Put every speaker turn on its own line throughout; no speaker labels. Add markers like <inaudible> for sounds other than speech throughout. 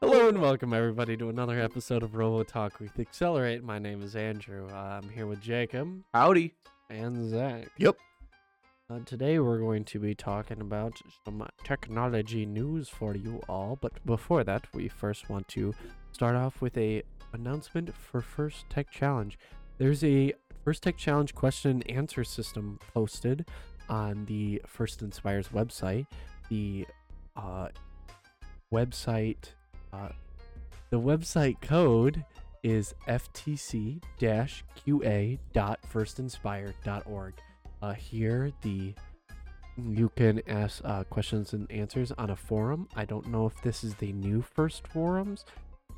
Hello and welcome everybody to another episode of Robo Talk with Accelerate. My name is Andrew. Uh, I'm here with Jacob
Howdy.
and Zach.
Yep.
Uh, today we're going to be talking about some technology news for you all, but before that, we first want to start off with a announcement for First Tech Challenge. There's a First Tech Challenge question and answer system posted on the First Inspires website. The uh, website uh, the website code is ftc-qa.firstinspire.org. Uh, here, the you can ask uh, questions and answers on a forum. I don't know if this is the new first forums,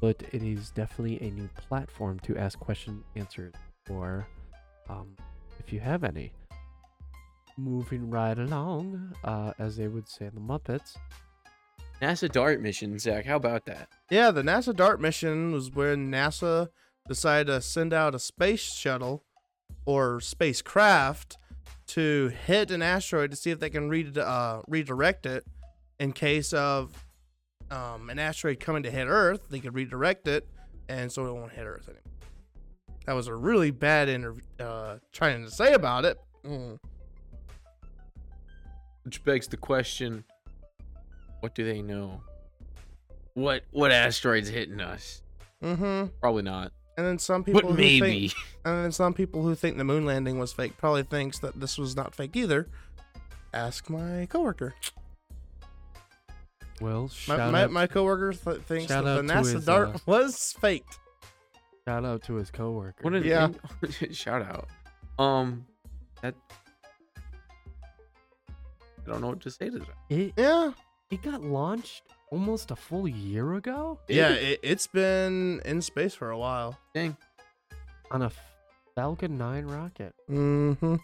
but it is definitely a new platform to ask question answers or um, if you have any. Moving right along, uh, as they would say in the Muppets.
NASA DART mission, Zach. How about that?
Yeah, the NASA DART mission was where NASA decided to send out a space shuttle or spacecraft to hit an asteroid to see if they can re- uh, redirect it in case of um, an asteroid coming to hit Earth. They could redirect it, and so it won't hit Earth anymore. That was a really bad interview uh, trying to say about it. Mm.
Which begs the question: What do they know? What what asteroids hitting us?
Mm-hmm. And
Probably not.
then some people who
but
think-
maybe.
<laughs> And then some people who think the moon landing was fake probably thinks that this was not fake either. Ask my coworker.
Well,
My,
shout
my,
out,
my coworker th- thinks
shout
that the
out to
NASA
his,
dart
uh,
was faked.
shout out to his coworker.
What an
Yeah.
in- <laughs> shout out. Um, that I don't know what to say to that.
It,
Yeah,
it got launched almost a full year ago
yeah. It, it's been in space for a while.
Dang.
on a Falcon 9 rocket.
Mm-hmm.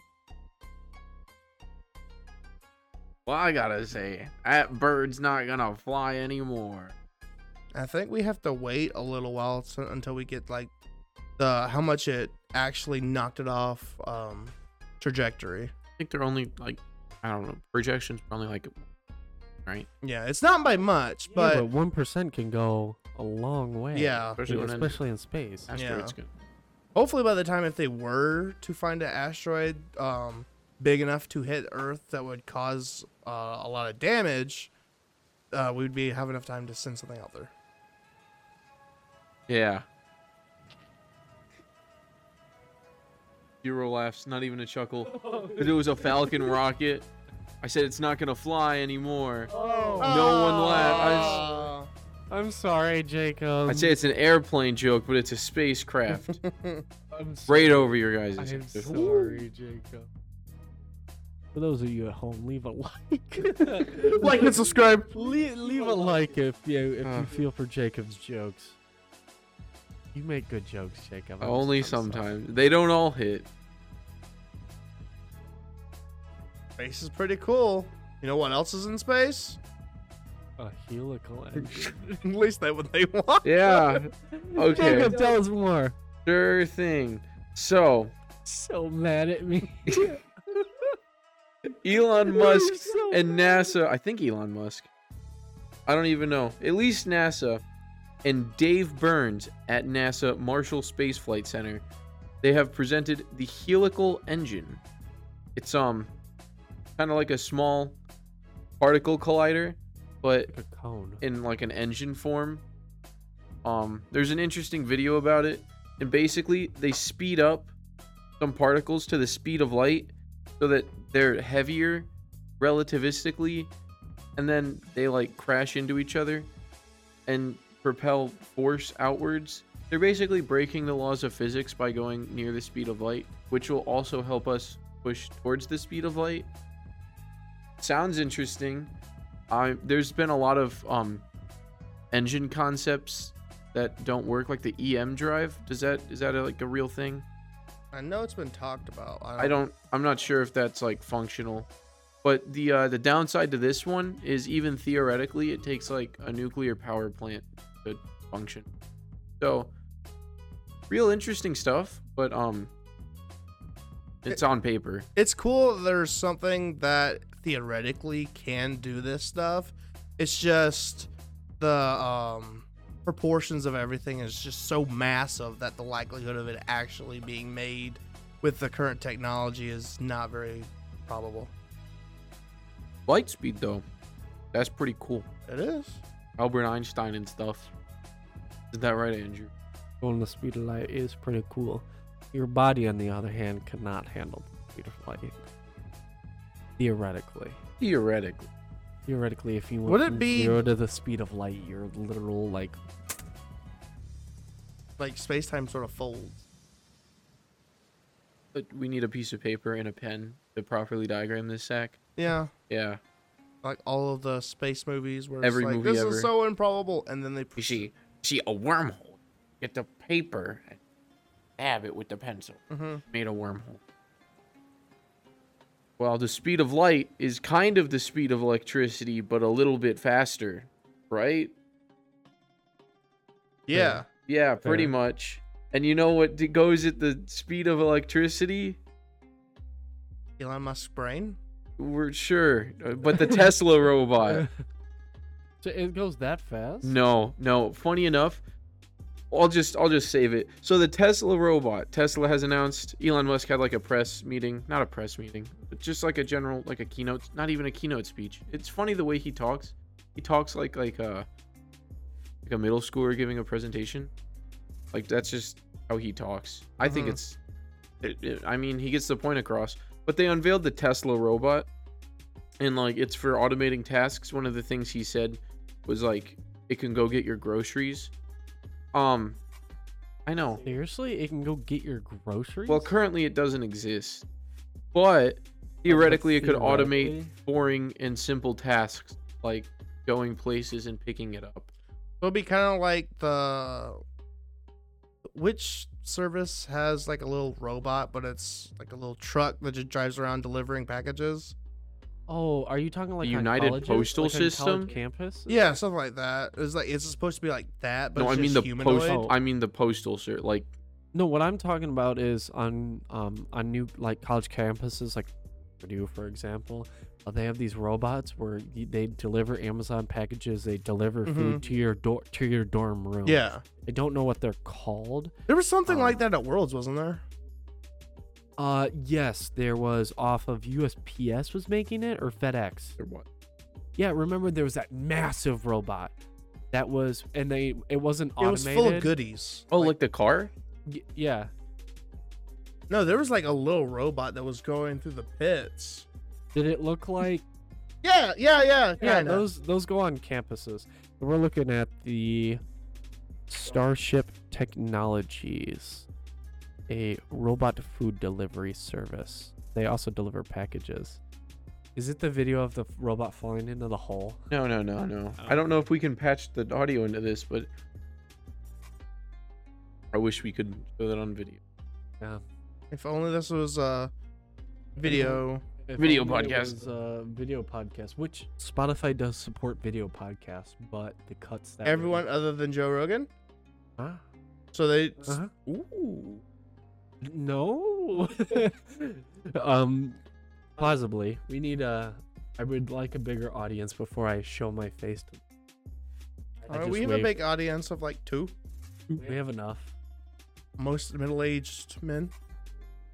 Well, I gotta say that bird's not gonna fly anymore.
I think we have to wait a little while to, until we get like the how much it actually knocked it off um, trajectory.
I think they're only like I don't know projections are only like right,
Yeah, it's not by much, but
yeah, but 1% can go a long way.
Yeah.
Especially
Dude,
when it-
especially in space.
asteroids good.
Hopefully, by the time if they were to find an asteroid um, big enough to hit Earth that would cause uh, a lot of damage, uh, we'd be have enough time to send something out there.
Yeah. Zero laughs, not even a
<laughs>
chuckle. 'Cause it was a Falcon rocket. I said it's not gonna fly anymore.
Oh,
No one laughed. I s-
Uh,
I'm sorry, Jacob.
I'd say it's an airplane joke, but it's
<laughs>
a spacecraft.
I'm so-
right over your guys'
I am
heads.
sorry, Jacob. <laughs> For those of you at home, leave a <laughs> like.
like and subscribe.
leave, leave a like if you if
Uh.
you feel for Jacob's jokes. You make good jokes, Jacob. I'm-
Only
I'm sorry.
sometimes. They don't all hit.
Space is pretty cool. You know what else is in space?
A <laughs> helical engine.
<laughs> At least that what they want.
Yeah. <laughs> Okay.
<laughs> Jacob, tell us more.
Sure thing. So,
So mad at me.
Elon
You're
Musk
so
<laughs> and
mad.
NASA, I think Elon Musk. I don't even know. At least NASA and Dave Burns at NASA Marshall Space Flight Center, they have presented the helical engine. It's um kind of like a small particle collider, but
<laughs> A cone.
in like an engine form. Um, there's an interesting video about it, and basically they speed up some particles to the speed of light so that they're heavier relativistically, and then they like crash into each other and propel force outwards. They're basically breaking the laws of physics by going near the speed of light, which will also help us push towards the speed of light. Sounds interesting. I there's been a lot of um engine concepts that don't work like the EM drive. Does that is that like a real thing?
I know it's been talked about.
I don't I'm not sure if that's like functional. But the uh, the downside to this one is even theoretically it takes like a nuclear power plant to function. So real interesting stuff, but um it's on paper.
It's cool. that There's something that theoretically can do this stuff. It's just the um proportions of everything is just so massive that the likelihood of it actually being made with the current technology is not very probable.
Light speed though, that's pretty cool.
It is.
Albert Einstein and stuff. Is that right, Andrew?
Going the speed of light is pretty cool. Your body, on the other hand, cannot handle the speed of light. Theoretically.
Theoretically,
Theoretically, if you went
Would it
from
be-
zero to the speed of light, you're literal like
Like space time sort of folds.
but we need a piece of paper and a pen to properly diagram this sack.
Yeah.
Yeah,
Like all of the space movies where
Every
it's like,
movie
this
ever.
is so improbable. And then they.
You see, see a wormhole. Get the paper and stab it with the pencil.
hmm
Made a wormhole. Well, the speed of light is kind of the speed of electricity, but a little bit faster, right?
Yeah.
Yeah, pretty
Fair.
much. And you know what d- goes at the speed of electricity?
Elon Musk's brain.
We're sure, uh, but the Tesla robot.
so it goes that fast?
No, no. Funny enough, I'll just I'll just save it. So the Tesla robot, Tesla has announced Elon Musk had like a press meeting, not a press meeting, but just like a general like a keynote, not even a keynote speech. It's funny the way he talks. He talks like like a like a middle schooler giving a presentation. Like that's just how he talks. I think
Mhm.
it's it, it, I mean, he gets the point across. But they unveiled the Tesla robot and like it's for automating tasks. One of the things he said was like it can go get your groceries. Um, I know.
Seriously? It can go get your groceries?
Well, currently it doesn't exist, but theoretically it could automate
Theoretically?
boring and simple tasks like going places and picking it up.
It'll be kind of like the which service has like a little robot, but it's like a little truck that just drives around delivering packages.
Oh, are you talking like on
United
colleges?
Postal
Like on college
System?
campus?
Yeah, something like that. It's like it's supposed to be like that, but
no, I
it's
mean
just
the
humanoid. Oh.
post. I mean the postal sir. Like
No, what I'm talking about is on um on new like college campuses like Purdue for example, uh, they have these robots where y- they deliver Amazon packages, they deliver food to your door to your dorm room.
Mm-hmm. yeah,
I don't know what they're called.
there was something
Um,
like that at Worlds, wasn't there?
Uh yes, there was off of USPS was making it or FedEx.
or what?
Yeah, remember there was that massive robot that was and they it wasn't
It
automated.
was full of goodies.
Oh, like, the car.
Y- yeah.
no, there was like a little robot that was going through the pits.
Did it look like
Yeah, yeah, yeah,
Yeah,
kinda.
those those go on campuses. We're looking at the Starship Technologies, a robot food delivery service. They also deliver packages. Is it the video of the f- robot falling into the hole?
No, no, no, no. I don't know if we can patch the audio into this, but I wish we could show that on video.
If only this was uh, video.
If
Video
only it
podcast.
was, uh, video podcast, which Spotify does support video podcasts, but the cuts that we-
Everyone other than Joe Rogan.
Huh?
So they
Uh-huh.
Ooh.
No. <laughs> um, plausibly, we need a. I would like a bigger audience before I show my face. To, I
Uh,
just
we have a
waved.
big audience of like two,
We have enough.
most middle-aged men.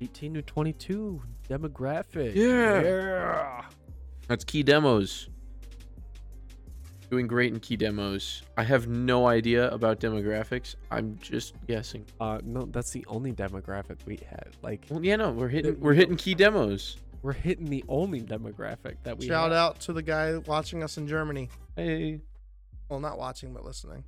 18 to 22 demographic.
Yeah. That's key demos. Doing great in key demos. I have no idea about demographics. I'm just guessing.
Uh, no, that's the only demographic we had. Like,
Well, yeah, no, we're hitting
It-
we're hitting key demos.
we're hitting the only demographic that we. have.
Shout out to the guy watching us in Germany.
Hey.
Well, not watching, but listening.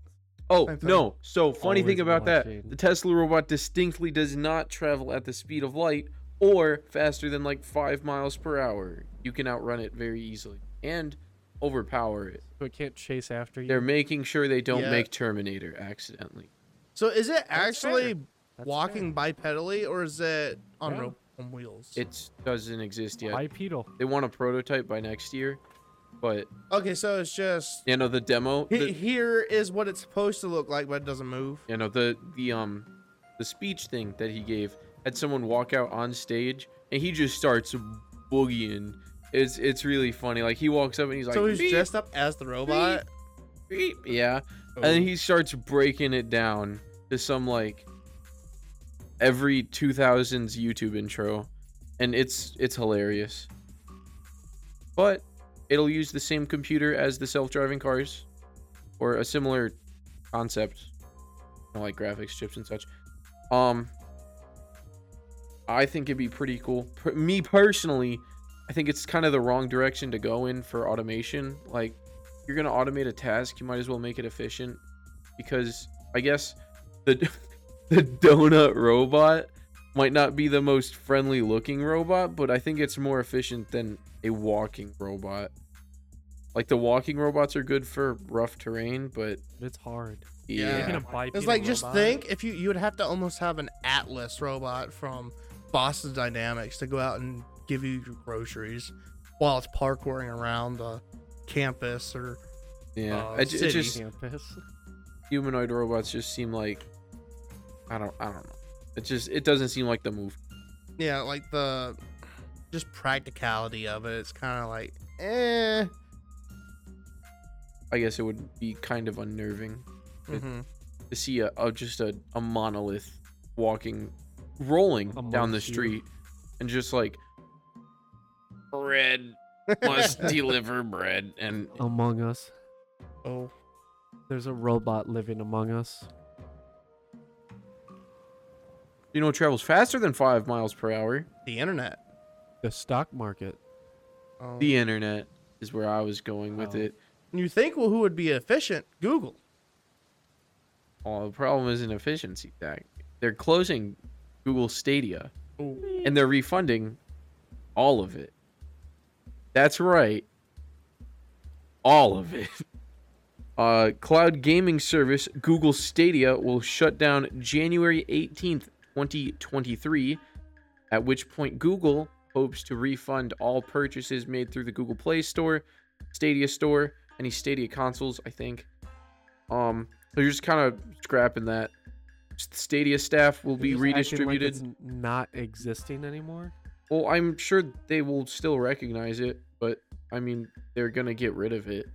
Oh
Same thing.
no! So funny
Always
thing about
watching.
that, the Tesla robot distinctly does not travel at the speed of light or faster than like five miles per hour. You can outrun it very easily and overpower it.
So it can't chase after you.
They're making sure they don't
Yeah.
make Terminator accidentally.
So is it actually
That's
walking bipedally or is it on
Yeah.
rope on wheels?
It doesn't exist
fair.
yet.
Bipedal.
They want a prototype by next year, but
okay, so it's just
you know the demo.
he-
The,
here is what it's supposed to look like, but it doesn't move.
you know the the um the speech thing that he gave had someone walk out on stage and he just starts boogieing. It's it's really funny. Like he walks up and he's like,
so he's
"Beep,
dressed up as the robot.
beep." Yeah, And
Oh.
then he starts breaking it down to some like every 2000s YouTube intro and it's it's hilarious. But it'll use the same computer as the self-driving cars or a similar concept you know, like graphics chips and such. Um I think it'd be pretty cool. Per- me personally, I think it's kind of the wrong direction to go in for automation. Like you're gonna automate a task, you might as well make it efficient. Because I guess the <laughs> the donut robot might not be the most friendly looking robot, but I think it's more efficient than a walking robot. Like the walking robots are good for rough terrain, but
It's hard.
Yeah.
Making a
yeah,
bipedal
It's like just
robot.
think if you you would have to almost have an Atlas robot from Boston Dynamics to go out and give you your groceries while it's parkouring around the campus or
yeah.
uh,
I ju- it
city.
just
<laughs>
Campus.
humanoid robots just seem like I don't I don't know. It just it doesn't seem like the move.
yeah, like the just practicality of it. It's kind of like eh.
I guess it would be kind of unnerving
mhm.
to see a, a just a, a monolith walking rolling down the
Amongst you.
street and just like bread must deliver bread and
Among Us.
Oh,
There's a robot living among us.
you know it travels faster than five miles per hour
the internet.
The stock market.
Oh.
the internet is where i was going with
Oh.
it
you think well, who would be efficient? Google.
oh, the problem is an efficiency tag they're closing google stadia
Oh.
and they're refunding all of it that's right all of it <laughs> uh, cloud gaming service Google Stadia will shut down January 18th, 2023, at which point Google hopes to refund all purchases made through the Google Play Store, Stadia Store, any Stadia consoles, I think. Um, so you're just kind of scrapping that. Stadia staff will be
They're just acting like
redistributed.
it's n- not existing anymore.
Well, I'm sure they will still recognize it, but I mean, they're gonna get rid of it.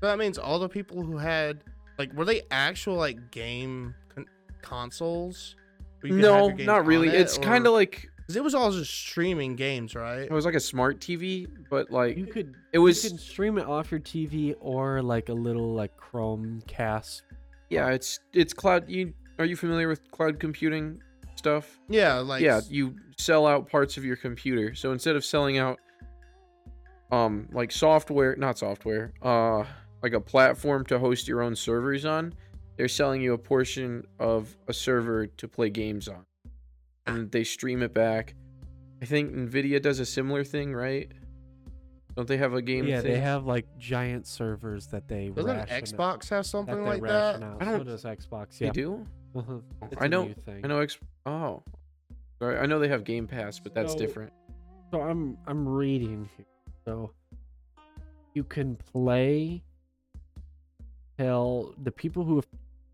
So that means all the people who had like were they actual like game con- consoles? Where you could have
No,
your games
not
on
really.
it,
it's
or-
kind of like
'cause it was all just streaming games, right?
it was like a smart TV, but
You
like
could
it was
you can stream it off your TV or like a little like Chromecast.
yeah. It's it's cloud. You are you familiar with cloud computing stuff?
Yeah, like
yeah, you sell out parts of your computer. So instead of selling out, um, like software, not software, uh, like a platform to host your own servers on, they're selling you a portion of a server to play games on, and they stream it back. I think Nvidia does a similar thing, right? Don't they have a game?
Yeah,
thing?
they have like giant servers that they
doesn't
ration-
Xbox have
that
something
they
like
ration
that?
out.
I don't-
So does Xbox.
They
Yeah,
do.
Uh-huh. <laughs> It's
I
a
know-
new thing.
I know. Exp- oh, sorry. I know they have Game Pass, but that's
So-
different.
So I'm I'm reading here. So you can play till the people who have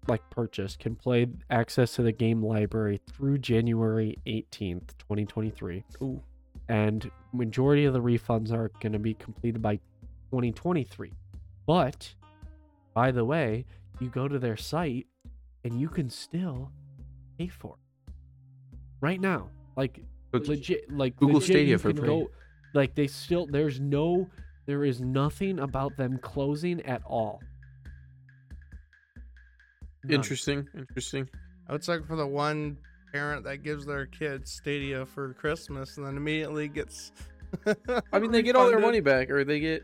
like purchased can play access to the game library through January 18th, 2023.
Ooh.
And majority of the refunds are going to be completed by 2023. But by the way, you go to their site and you can still pay for it. Right now. Like
But-
legit like
Google
legit,
Stadia
you
for
can
free.
go- like they still there's no there is nothing about them closing at all. None.
Interesting. Interesting.
I would suck Oh, for the one parent that gives their kid Stadia for Christmas and then immediately gets.
I mean, they get all their
refunded.
money back, or they get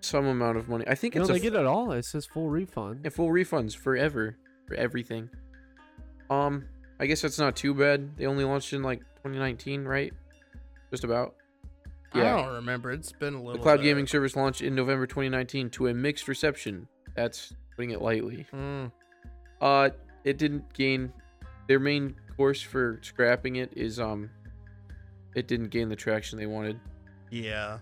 some amount of money. I think
No,
it's a,
they get it all. It says full refund.
yeah, full refunds forever for everything. Um, I guess that's not too bad. They only launched in like 2019, right? Just about.
I
Yeah.
don't remember. It's been a little.
The cloud
bit.
gaming service launched in November 2019 to a mixed reception. That's putting it lightly.
Mm.
Uh, it didn't gain. Their main course for scrapping it is um, it didn't gain the traction they wanted.
Yeah,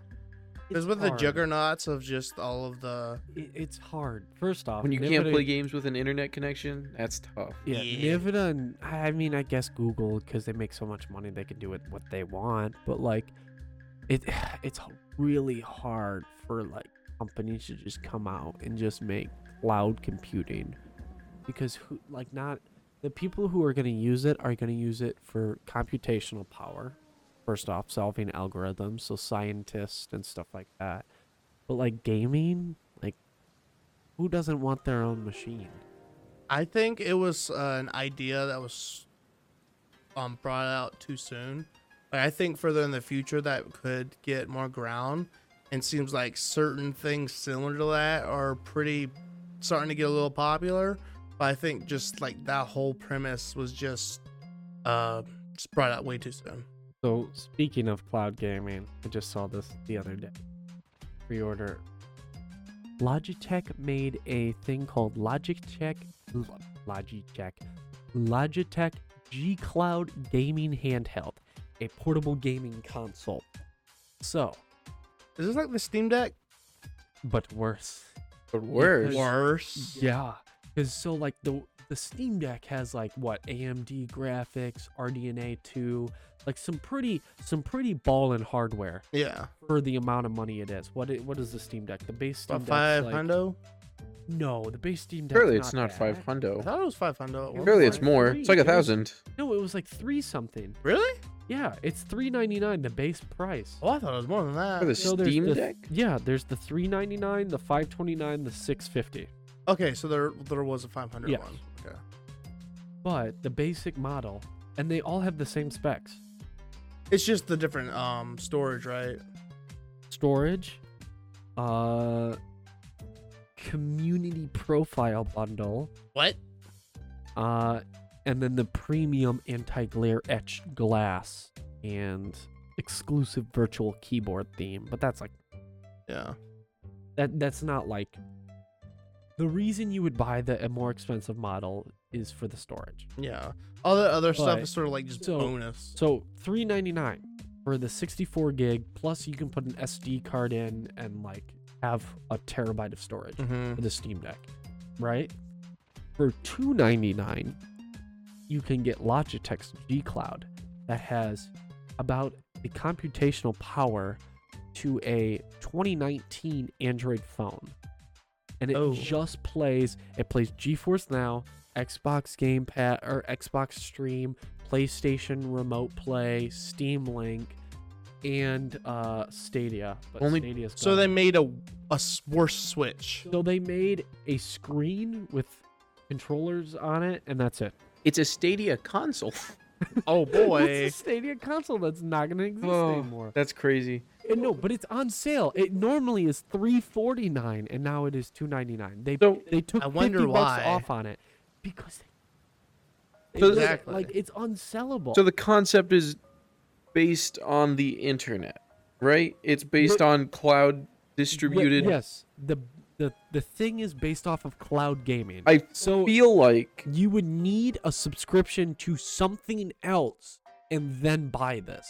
It's
because with the
hard.
juggernauts of just all of the
It- it's hard. First off,
When you can't
Nvidia-
play games with an internet connection, that's tough.
Yeah,
Yeah.
Nvidia. And, I mean, I guess Google because they make so much money, they can do with what they want. But like, it <sighs> it's really hard for like companies to just come out and just make cloud computing because who, like not the people who are going to use it are going to use it for computational power first off solving algorithms so scientists and stuff like that but like gaming like who doesn't want their own machine
I think it was uh, an idea that was um brought out too soon. Like I think further in the future that could get more ground, and seems like certain things similar to that are pretty starting to get a little popular. But I think just like that whole premise was just uh just brought out way too soon.
So speaking of cloud gaming, I just saw this the other day. Pre-order. Logitech made a thing called Logitech L- Logitech Logitech G Cloud Gaming Handheld, a portable gaming console. So,
Is this like the Steam Deck?
but worse.
But
worse.
worse.
Worse.
Yeah, because so like the the Steam Deck has like what AMD graphics, RDNA two, like some pretty some pretty ball and hardware.
Yeah.
for the amount of money it is. What i- what is the Steam Deck? The base Steam
About
Deck
five
like,
hundo.
No, the base Steam Deck.
Surely it's not five
I
hundo.
thought it was five hundo. at one
Surely it's
point.
more. It's like a
Three, dude.
thousand.
No, it was like three something.
Really?
Yeah, it's three ninety nine the base price.
Oh, I thought it was more than
For the
that.
So there's
Steam
the-
Deck?
Yeah, there's the three ninety nine, the five twenty nine, the six fifty.
Okay, so there there was a five hundred
Yeah.
one. Okay.
But the basic model, and they all have the same specs:
It's just the different um storage, right?
storage, uh, community profile bundle,
What?
uh, and then the premium anti-glare etched glass and exclusive virtual keyboard theme. But that's like
Yeah.
that. That's not like the reason you would buy the a more expensive model is for the storage.
Yeah. All the other stuff
But-
is sort of like just
so-
bonus.
So three ninety nine for the sixty four gig plus you can put an SD card in and like have a terabyte of storage.
Mm-hmm.
for the Steam Deck, right? For two ninety nine, you can get Logitech's G Cloud that has about the computational power to a 2019 Android phone, and it
Oh.
just plays. It plays GeForce Now, Xbox Game Pass or Xbox Stream, PlayStation Remote Play, Steam Link, and uh, Stadia. But
Only-
Stadia's
So
gone.
they made a a s- worse Switch.
So they made a screen with controllers on it, and that's it.
It's a Stadia console.
<laughs> Oh boy.
It's a Stadia console that's not going to exist anymore.
that's crazy.
And no, but it's on sale. It normally is three forty nine, and now it is two ninety nine. They
So-
they took
I wonder
50
why.
bucks off on it because they, they
So-
made it,
Exactly.
like it's unsellable.
So the concept is based on the internet, right? It's based
But-
on cloud
Wait,
distributed.
Yes, the the the thing is based off of cloud gaming.
I
so
feel like
you would need a subscription to something else and then buy this.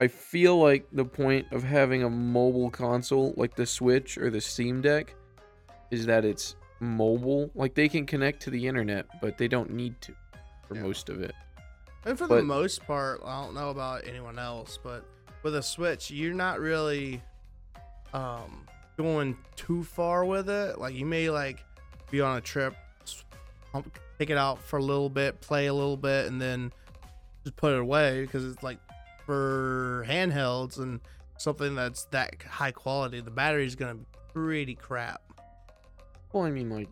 I feel like the point of having a mobile console like the Switch or the Steam Deck is that it's mobile. Like they can connect to the internet, but they don't need to for
Yeah.
most of it.
And for the
But-
most part, I don't know about anyone else, but with a Switch, you're not really um going too far with it. Like you may like be on a trip, s- um, take it out for a little bit, play a little bit, and then just put it away because it's like for handhelds and something that's that high quality, the battery's gonna be pretty crap.
Well, I mean like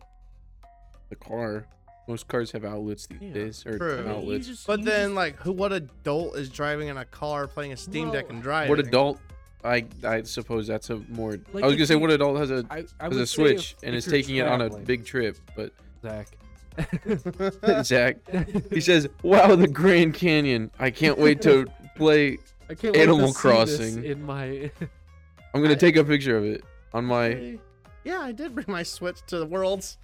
the car. Most cars have outlets these
Yeah.
days or
True. I mean, you
outlets.
But then, like, who? What adult is driving in a car, playing a Steam Deck,
Well,
and driving?
What adult? I I suppose that's a more.
Like,
I was
if
gonna say
you-
what adult has a
I, I would
has a
say
Switch
if-
and
if
is
you're
taking it on
<laughs>
a
traveling-
big trip, but <laughs>
Zach.
Zach, he says, "Wow, the Grand Canyon! I can't
<laughs>
wait to play.
I can't wait
Animal
to see this
Crossing.
in my
I'm gonna
I-
take a picture of it on my."
Yeah, I did bring my Switch to the worlds.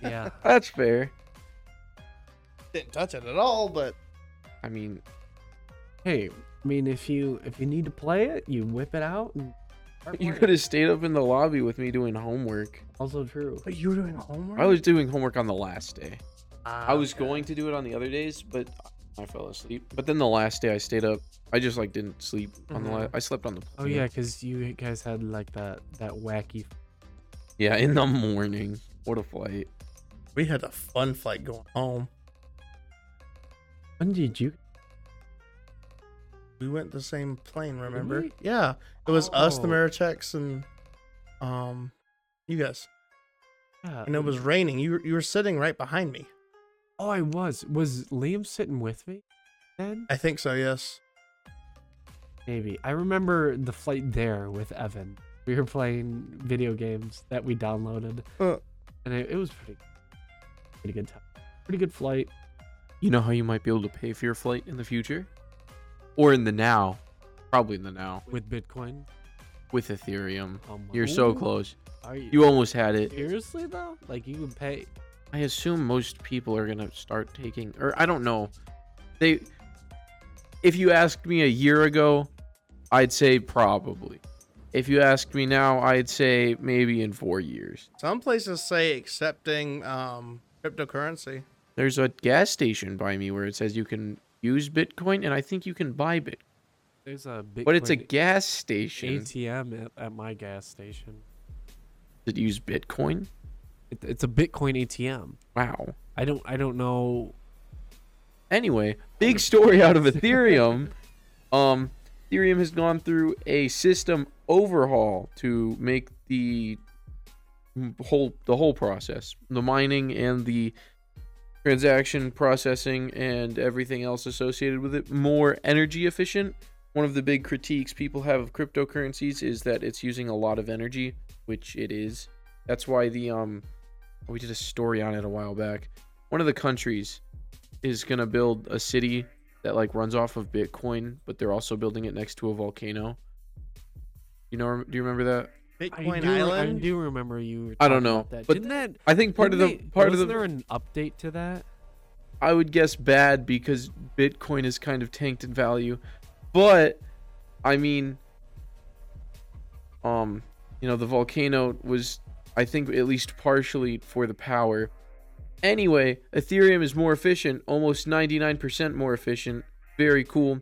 yeah.
That's fair.
Didn't touch it at all, but
I mean,
<laughs> Hey, I mean, if you if you need to play it, you whip it out. And start
you
playing.
could have stayed up in the lobby with me doing homework.
also true.
but you were doing homework.
I was doing homework on the last day.
Ah,
I was
okay.
going to do it on the other days, but I fell asleep. But then the last day, I stayed up. I just like didn't sleep on the.
Mhm.
La- I slept on the.
Oh
plane.
yeah, because you guys had like that that wacky.
Yeah, in the morning. What a flight.
We had a fun flight going home.
When did you?
We went the same plane, remember?
we?
Yeah. It was us, the
Oh.
Maricheks, and um you guys.
Yeah,
And it was raining. You were- you were sitting right behind me.
Oh, I was. Was Liam sitting with me? Then
I think so, yes.
maybe I remember the flight there with Evan. We were playing video games that we downloaded,
Uh.
and it, it was pretty, pretty good time. Pretty good flight.
You know how you might be able to pay for your flight in the future? Or in the now. Probably in the now.
with Bitcoin.
With Ethereum.
Um,
You're so
ooh,
close.
Are you,
You almost had it.
seriously though? Like you can pay.
I assume most people are gonna start taking or I don't know. They if you asked me a year ago, I'd say probably. If you asked me now, I'd say maybe in four years.
Some places say accepting um cryptocurrency.
There's a gas station by me where it says you can use Bitcoin and I think you can buy Bitcoin.
There's a Bitcoin
But it's a gas station
ATM at, at my gas station.
that use Bitcoin.
It, it's a Bitcoin ATM.
Wow.
I don't. I don't know.
Anyway, big story out of Ethereum. um, Ethereum has gone through a system overhaul to make the whole the whole process, the mining and the transaction processing and everything else associated with it more energy efficient. One of the big critiques people have of cryptocurrencies is that it's using a lot of energy, which it is. That's why the um we did a story on it a while back. One of the countries is going to build a city that like runs off of Bitcoin, but they're also building it next to a volcano. You know, do you remember that?
I
Bitcoin
do,
Island.
I do remember you. Were
I
talking
don't know,
about That.
but
Didn't that
I think part of the
didn't they-
part of the
wasn't there an update to that?
I would guess bad because Bitcoin is kind of tanked in value. But I mean um you know the volcano was I think at least partially for the power. Anyway, Ethereum is more efficient, almost 99% more efficient. Very cool.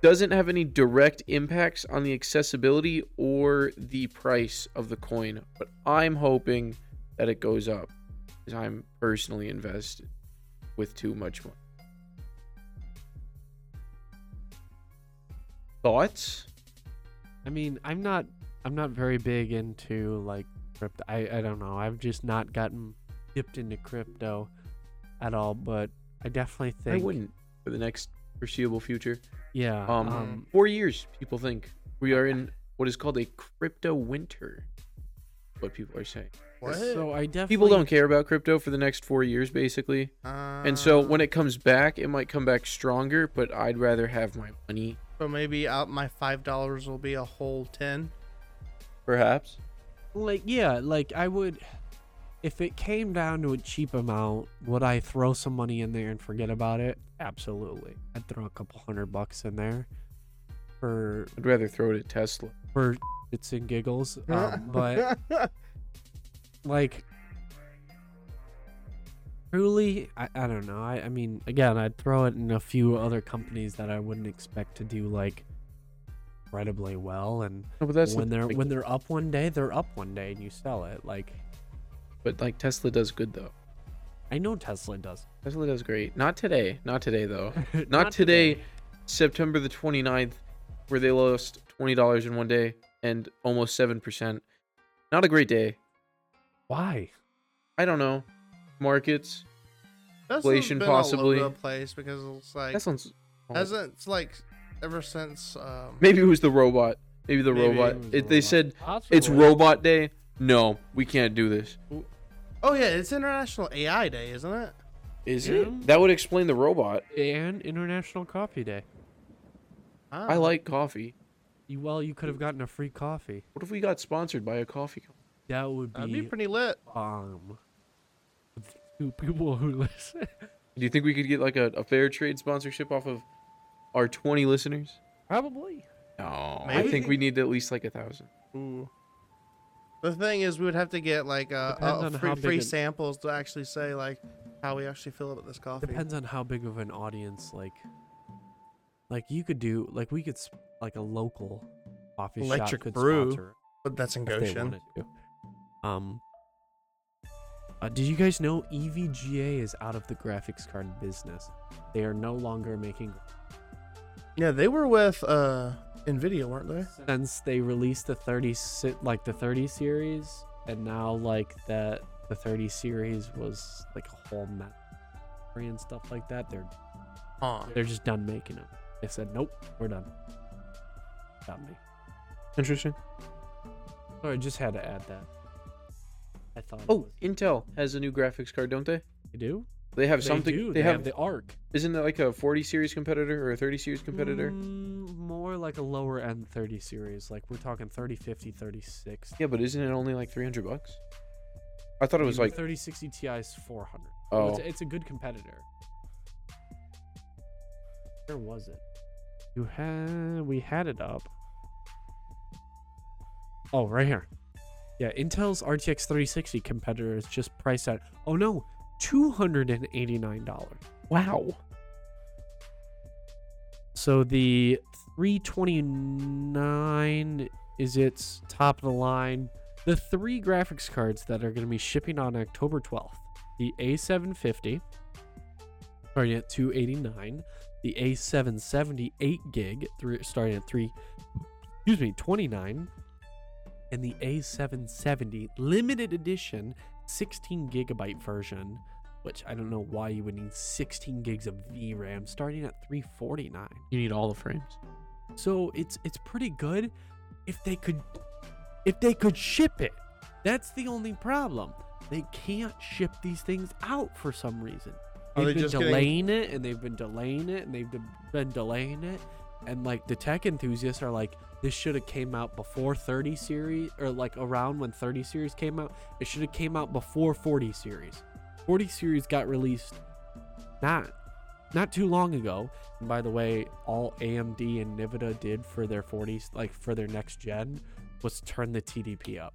Doesn't have any direct impacts on the accessibility or the price of the coin, but I'm hoping that it goes up because I'm personally invested with too much money. Thoughts?
I mean, I'm not. I'm not very big into like crypto. I I don't know. I've just not gotten dipped into crypto at all. But I definitely think.
I wouldn't for the next foreseeable future.
Yeah.
Um,
um
four years, people think we are in what is called a crypto winter. What people are saying.
What?
so I definitely
People don't care about crypto for the next four years, basically.
Uh,
And so when it comes back, it might come back stronger, but I'd rather have my money,
so maybe out my five dollars will be a whole ten.
perhaps.
like yeah like i would if it came down to a cheap amount would i throw some money in there and forget about it absolutely i'd throw a couple hundred bucks in there for
I'd rather throw it at Tesla.
for shits and
<laughs>
giggles um, but like truly I, I don't know I, I mean again i'd throw it in a few other companies that i wouldn't expect to do like incredibly well and
No, but that's the
when they're
thing.
when they're up one day they're up one day and you sell it like
but like Tesla does good though.
I know Tesla does.
Tesla does great. Not today. Not today though. Not,
Not
today,
today.
September the 29th, where they lost $20 in one day and almost 7%. Not a great day.
Why?
I don't know. Markets.
Tesla's
Inflation,
been all over
possibly.
the place because it's like
That sounds
hasn't it's like ever since um
Maybe it was the robot. Maybe the
Maybe
robot.
it
was
It,
the
they
robot.
said it's robot day. No, we can't do this.
oh yeah it's international ai day isn't it
Is
Yeah.
it? That would explain the robot.
and International Coffee Day.
Ah.
I like coffee.
You, well, you could have gotten a free coffee.
What if we got sponsored by a coffee company?
That would
that'd be
be
pretty lit
bomb. With Two people who <laughs> listen.
Do you think we could get like a, a fair trade sponsorship off of our 20 listeners?
Probably.
No, I
Maybe.
think we need at least like a thousand.
Ooh. the thing is we would have to get like uh,
Depends
uh
on
free,
how big
free
it-
samples to actually say like how we actually feel about this coffee
Depends on how big of an audience. Like, like you could do. Like we could sp- like a local coffee shop
Electric
could
Brew
sponsor
but that's in
if they
goshen
wanted to. Um. Uh, did you guys know EVGA is out of the graphics card business? They are no longer making
Yeah, they were with uh Nvidia, weren't they?
since they released the 30 si- like the 30 series and now like that the 30 series was like a whole map and stuff like that. They're
Huh.
they're just done making them. They said, "Nope, we're done." Got me.
Interesting.
So I just had to add that. I thought. it
Oh,
was-
Intel has a new graphics card, don't they?
they do.
They have
They
something.
do.
They, have.
the arc.
isn't that like a 40 series competitor or a 30 series competitor?
Mm, more like a lower end 30 series. Like we're talking 30, 50, 36.
Yeah, but isn't it only like 300 bucks? I thought it was
Maybe
like
3060 Ti is 400.
oh,
So it's, it's a good competitor. Where was it? You had we had it up. Oh, right here. Yeah, Intel's RTX 3060 competitor is just priced at oh no, two hundred and eighty nine dollars.
wow.
So the 329 is its top of the line. The three graphics cards that are going to be shipping on October 12th the A750, starting at 289, the A770 8 gig, three, starting at 3, excuse me, 29, and the A770 limited edition 16 gigabyte version which I don't know why you would need 16 gigs of VRAM starting at 349.
You need all the frames.
So it's it's pretty good if they could if they could ship it. That's the only problem. They can't ship these things out for some reason.
Are
They've
they
been
just getting-
delaying it and they've been delaying it and they've de- been delaying it and like the tech enthusiasts are like this should have came out before 30 series or like around when 30 series came out. It should have came out before 40 series. 40 series got released not not too long ago. And by the way, all AMD and Nvidia did for their 40s, like for their next gen, was turn the TDP up.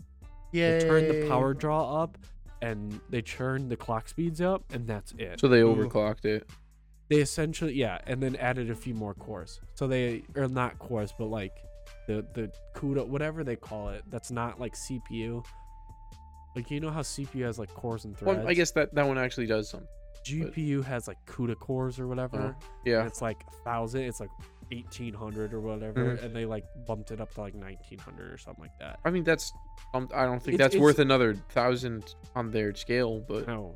Yeah.
They turned the power draw up, and they turned the clock speeds up, and that's it.
So they
Ooh.
overclocked it.
they essentially, yeah, and then added a few more cores. So they or not cores, but like the the CUDA, whatever they call it, that's not like CPU. Like you know how CPU has like cores and threads.
Well, I guess that that one actually does something.
GPU has like CUDA cores or
Uh-huh.
whatever. and
Yeah.
it's like thousand it's like 1800 or whatever
Mhm.
and they like bumped it up to like 1900 or something like that
I mean that's. Um, I don't think
It's-
that's
it's-
worth another thousand on their scale, but
no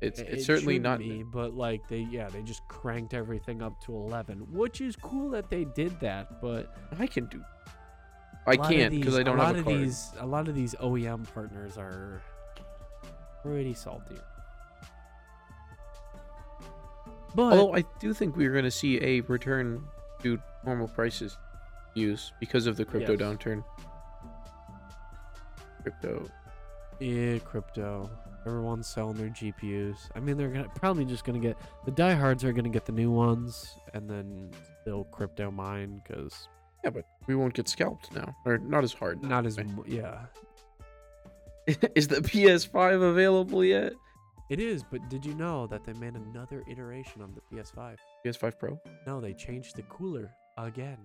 it's
it-
it's
it
certainly
shouldn't
not.
be, but like they yeah they just cranked everything up to 11 which is cool that they did that but
I can do.
I
I can't because I don't
a lot
have a
of
card.
these a lot of these OEM partners are pretty salty but
Although I do think we're going to see a return to normal prices use because of the crypto
Yes.
downturn. Crypto.
Yeah, crypto. Everyone's selling their GPUs. I mean, they're gonna probably just gonna get the diehards are gonna get the new ones, and then they'll crypto mine because
Yeah, but we won't get scalped now, or not as hard.
not as
Right.
mu- yeah.
<laughs> Is the PS5 available yet?
It is, but did you know that they made another iteration on the PS5?
PS5 Pro.
No, they changed the cooler again.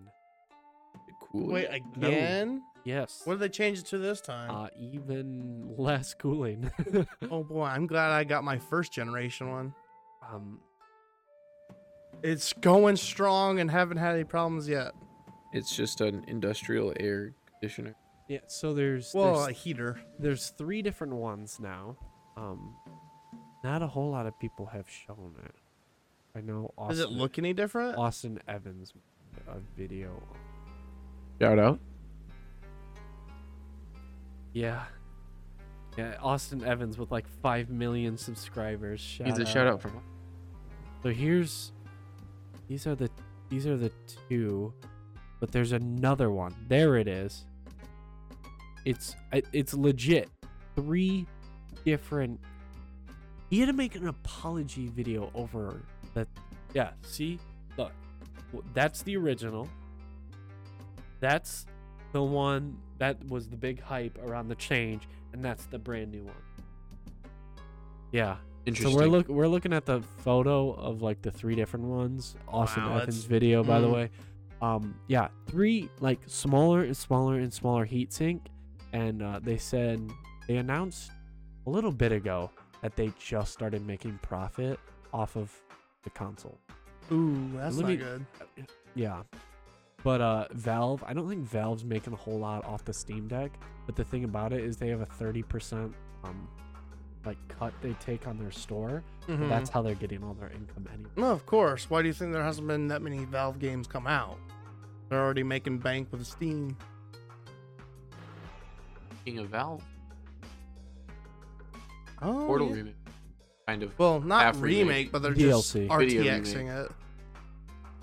Cool.
Wait, again?
Yes.
What did they change it to this time?
Uh, even less cooling. <laughs>
oh boy, I'm glad I got my first generation one.
um,
It's going strong and haven't had any problems yet.
it's just an industrial air conditioner.
yeah. So there's
Well,
there's
a heater.
there's three different ones now. Um, not a whole lot of people have shown it. I know. Austin,
Does it look any different?
Austin Evans, a video.
Shout out.
Yeah, yeah. Austin Evans with like five million subscribers. Shout
Needs a
out.
shout out from.
So here's, these are the these are the two, but there's another one. There it is. It's it- it's legit. Three different. He had to make an apology video over that. Yeah. See, look, W- that's the original. That's the one that was the big hype around the change, and that's the brand new one. Yeah. So
Interesting.
we're look we're looking at the photo of like the three different ones. Austin
Wow,
Evans
that's-
video, by the
mm.
way. Um, yeah, three like smaller and smaller and smaller heat sink, and uh, they said they announced a little bit ago that they just started making profit off of the console.
Ooh, that's
Let
not
me-
good.
Yeah. But uh Valve, I don't think Valve's making a whole lot off the Steam Deck, but the thing about it is they have a 30% um like cut they take on their store. and
Mhm.
That's how they're getting all their income anyway.
No, of course. Why do you think there hasn't been that many Valve games come out? They're already making bank with Steam.
King of Valve
Oh,
Portal
yeah.
remake, kind of.
Well, not
Half remake.
remake, but they're
DLC.
just
Video
RTXing it.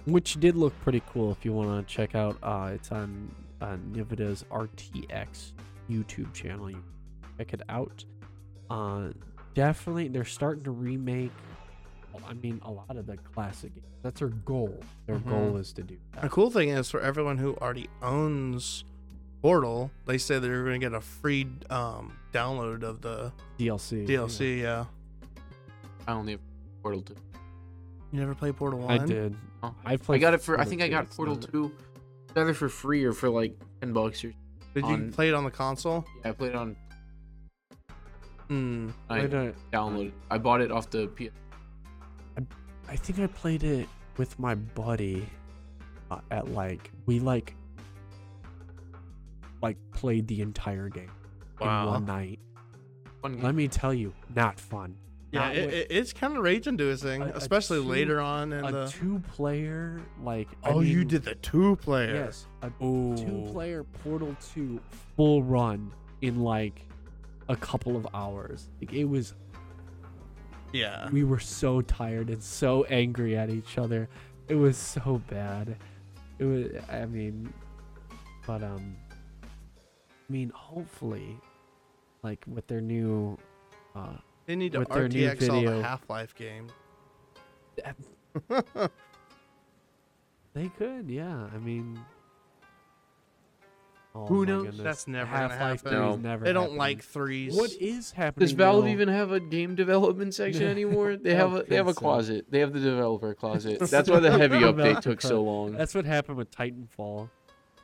Which did look pretty cool if you want to check out uh it's on uh Nivida's RTX YouTube channel. You can check it out. Uh definitely they're starting to remake I mean a lot of the classic games. That's their goal. Their
Mhm.
goal is to do that.
The cool thing is for everyone who already owns Portal, they say they're going to get a free um, download of the
DLC. yeah.
DLC. Yeah.
I only have Portal 2.
You never play Portal One?
I did.
Oh,
I
I
played
got it for. I
Portal
think I
2,
got
it's
Portal
not-
2, it's either for free or for like 10 bucks or.
Did you
on-
play it on the console?
Yeah, I played it on.
Hmm.
I
Played it-
downloaded. I bought it off the PS.
I think I played it with my buddy uh, at like we like like played the entire game in one night.
One game.
Let me tell you, not fun.
Yeah,
Not
it,
what-
it- it's kind of rage inducing,
A- a
especially
two-
later on in
a
the.
two-player like I
oh, you
mean,
did the two player.
yes, a
Ooh.
two-player Portal 2 full run in like a couple of hours. Like it was
Yeah.
we were so tired and so angry at each other. It was so bad. It was I mean but um I mean hopefully like with their new uh
They need to
With their new
RTX all
video.
the Half Life game.
they could, yeah. I mean oh
Who
my
knows?
goodness.
That's never gonna
Half-Life
happen.
3
No.
is never
They don't
happening.
like threes.
what is happening.
Does Valve
though?
even have a game
<laughs>
development section
Yeah.
anymore? They
I
have
don't
a they have a
think so.
closet. They have the
<laughs>
developer closet. That's why the heavy update took so long.
That's what happened with Titanfall.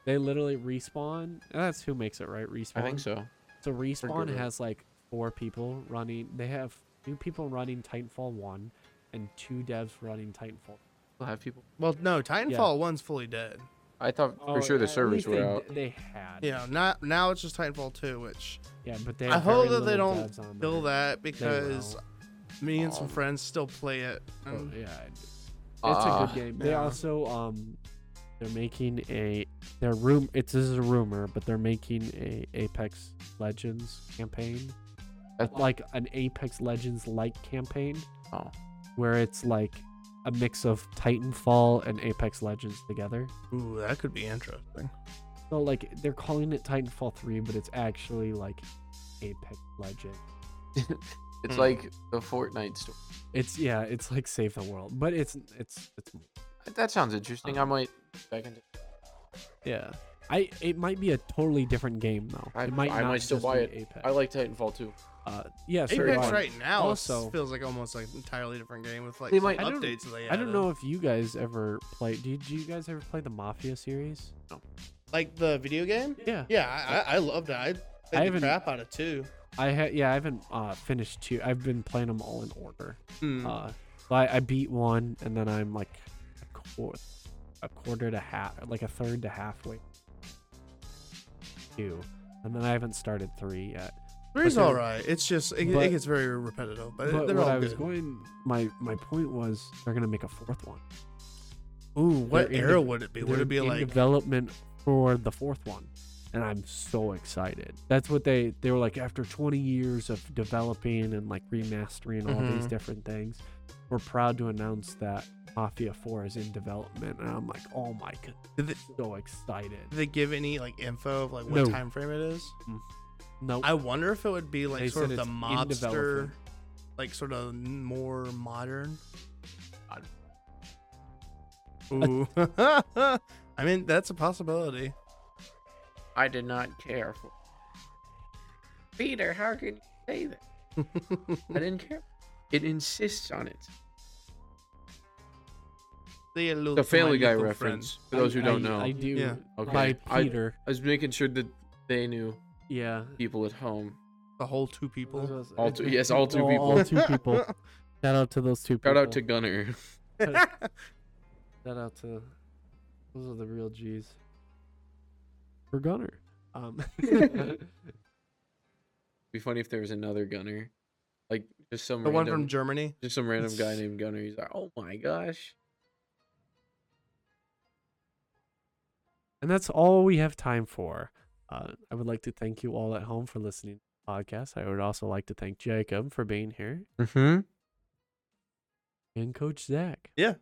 They literally respawn. That's who makes it, right? Respawn.
I think so.
So Respawn
good.
has like four people running. They have two people running Titanfall one, and two devs running Titanfall.
We'll have people.
Well, no, Titanfall One's fully dead.
I thought for sure the servers were
they,
<laughs> out.
They had.
Oh, Yeah, not now it's just Titanfall Two, which
Yeah, but they.
I
have
hope
very
that they
little
don't
devs on
kill
there.
that
They will.
because me and some
Um,
friends still play it.
Oh,
And
yeah, I do. it's a
Ah.
good game. They
yeah.
also um, they're making a their room. It's this is a rumor, but they're making a Apex Legends campaign,
That's-
like an Apex Legends like campaign.
Oh.
where it's like a mix of Titanfall and Apex Legends together.
Ooh, that could be interesting.
So like they're calling it Titanfall 3, but it's actually like Apex Legend.
It's
Hmm.
like the Fortnite story.
It's yeah, it's like save the world, but it's it's it's
That sounds interesting. I might back into.
yeah. I it might be a totally different game though.
I-
it might
I
not
might still
just
buy
be
it.
Apex.
I like Titanfall too.
uh, yeah, so do
Apex
I.
right now is-
Also-
feels like almost like an entirely different game with like
They
some
might- I
don't-
updates. that they
I don't
added.
know if you guys ever played. Did you guys ever play the Mafia series?
like the video game.
Yeah,
Yeah, I, I, I loved it. I
I
played the
haven't-
crap out of two.
I ha- yeah I haven't uh, finished two. I've been playing them all in order.
Hmm.
Uh, so I, I beat one, and then I'm like a quarter, a quarter to half, like a third to halfway. Two, and then I haven't started three yet.
Three's
but
all
they're-
right. It's just it,
but-
it gets very repetitive, but,
But
Uh, they're
what
all
I was
good.
going, my my point was they're gonna make a fourth one.
Ooh, what
they're in
era
de-
would it be? Would
They're
it be
in
like
development for the fourth one? And I'm so excited. That's what they they were like after 20 years of developing and like remastering all these
Mhm.
different things. We're proud to announce that Mafia 4 is in development, and I'm like, oh my god,
Did they,
so excited.
did they give any like info of like what
No.
time frame it is?
No,
I wonder if it would be like
They said
sort of
it's
the
in
mobster,
development.
like sort of n- more modern.
Mod-
Ooh, <laughs> I mean that's a possibility.
I did not care for. Peter, how can you say that?
<laughs>
I didn't care. It insists on it. The Family Guy reference for those who
I-
don't
I-
know.
I do.
Yeah.
Okay.
By
I-
Peter.
I was making sure that they knew
yeah.
people at home.
the whole two people.
All two- yes, all two
All two
<laughs>
people. Shout out to those two people.
Shout out to Gunner. <laughs>
<laughs>
Shout out to those are the real G's. For Gunner. Um
be funny if there was another Gunner, like just some
the one
random,
from Germany.
just some random guy named Gunner. He's like, oh my gosh.
And that's all we have time for. Uh, I would like to thank you all at home for listening to the podcast. I would also like to thank Jacob for being here
Mm-hmm.
and Coach Zach.
Yeah.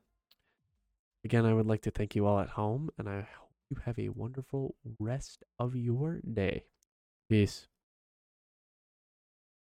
Again, I would like to thank you all at home, and I hope you have a wonderful rest of your day. Peace.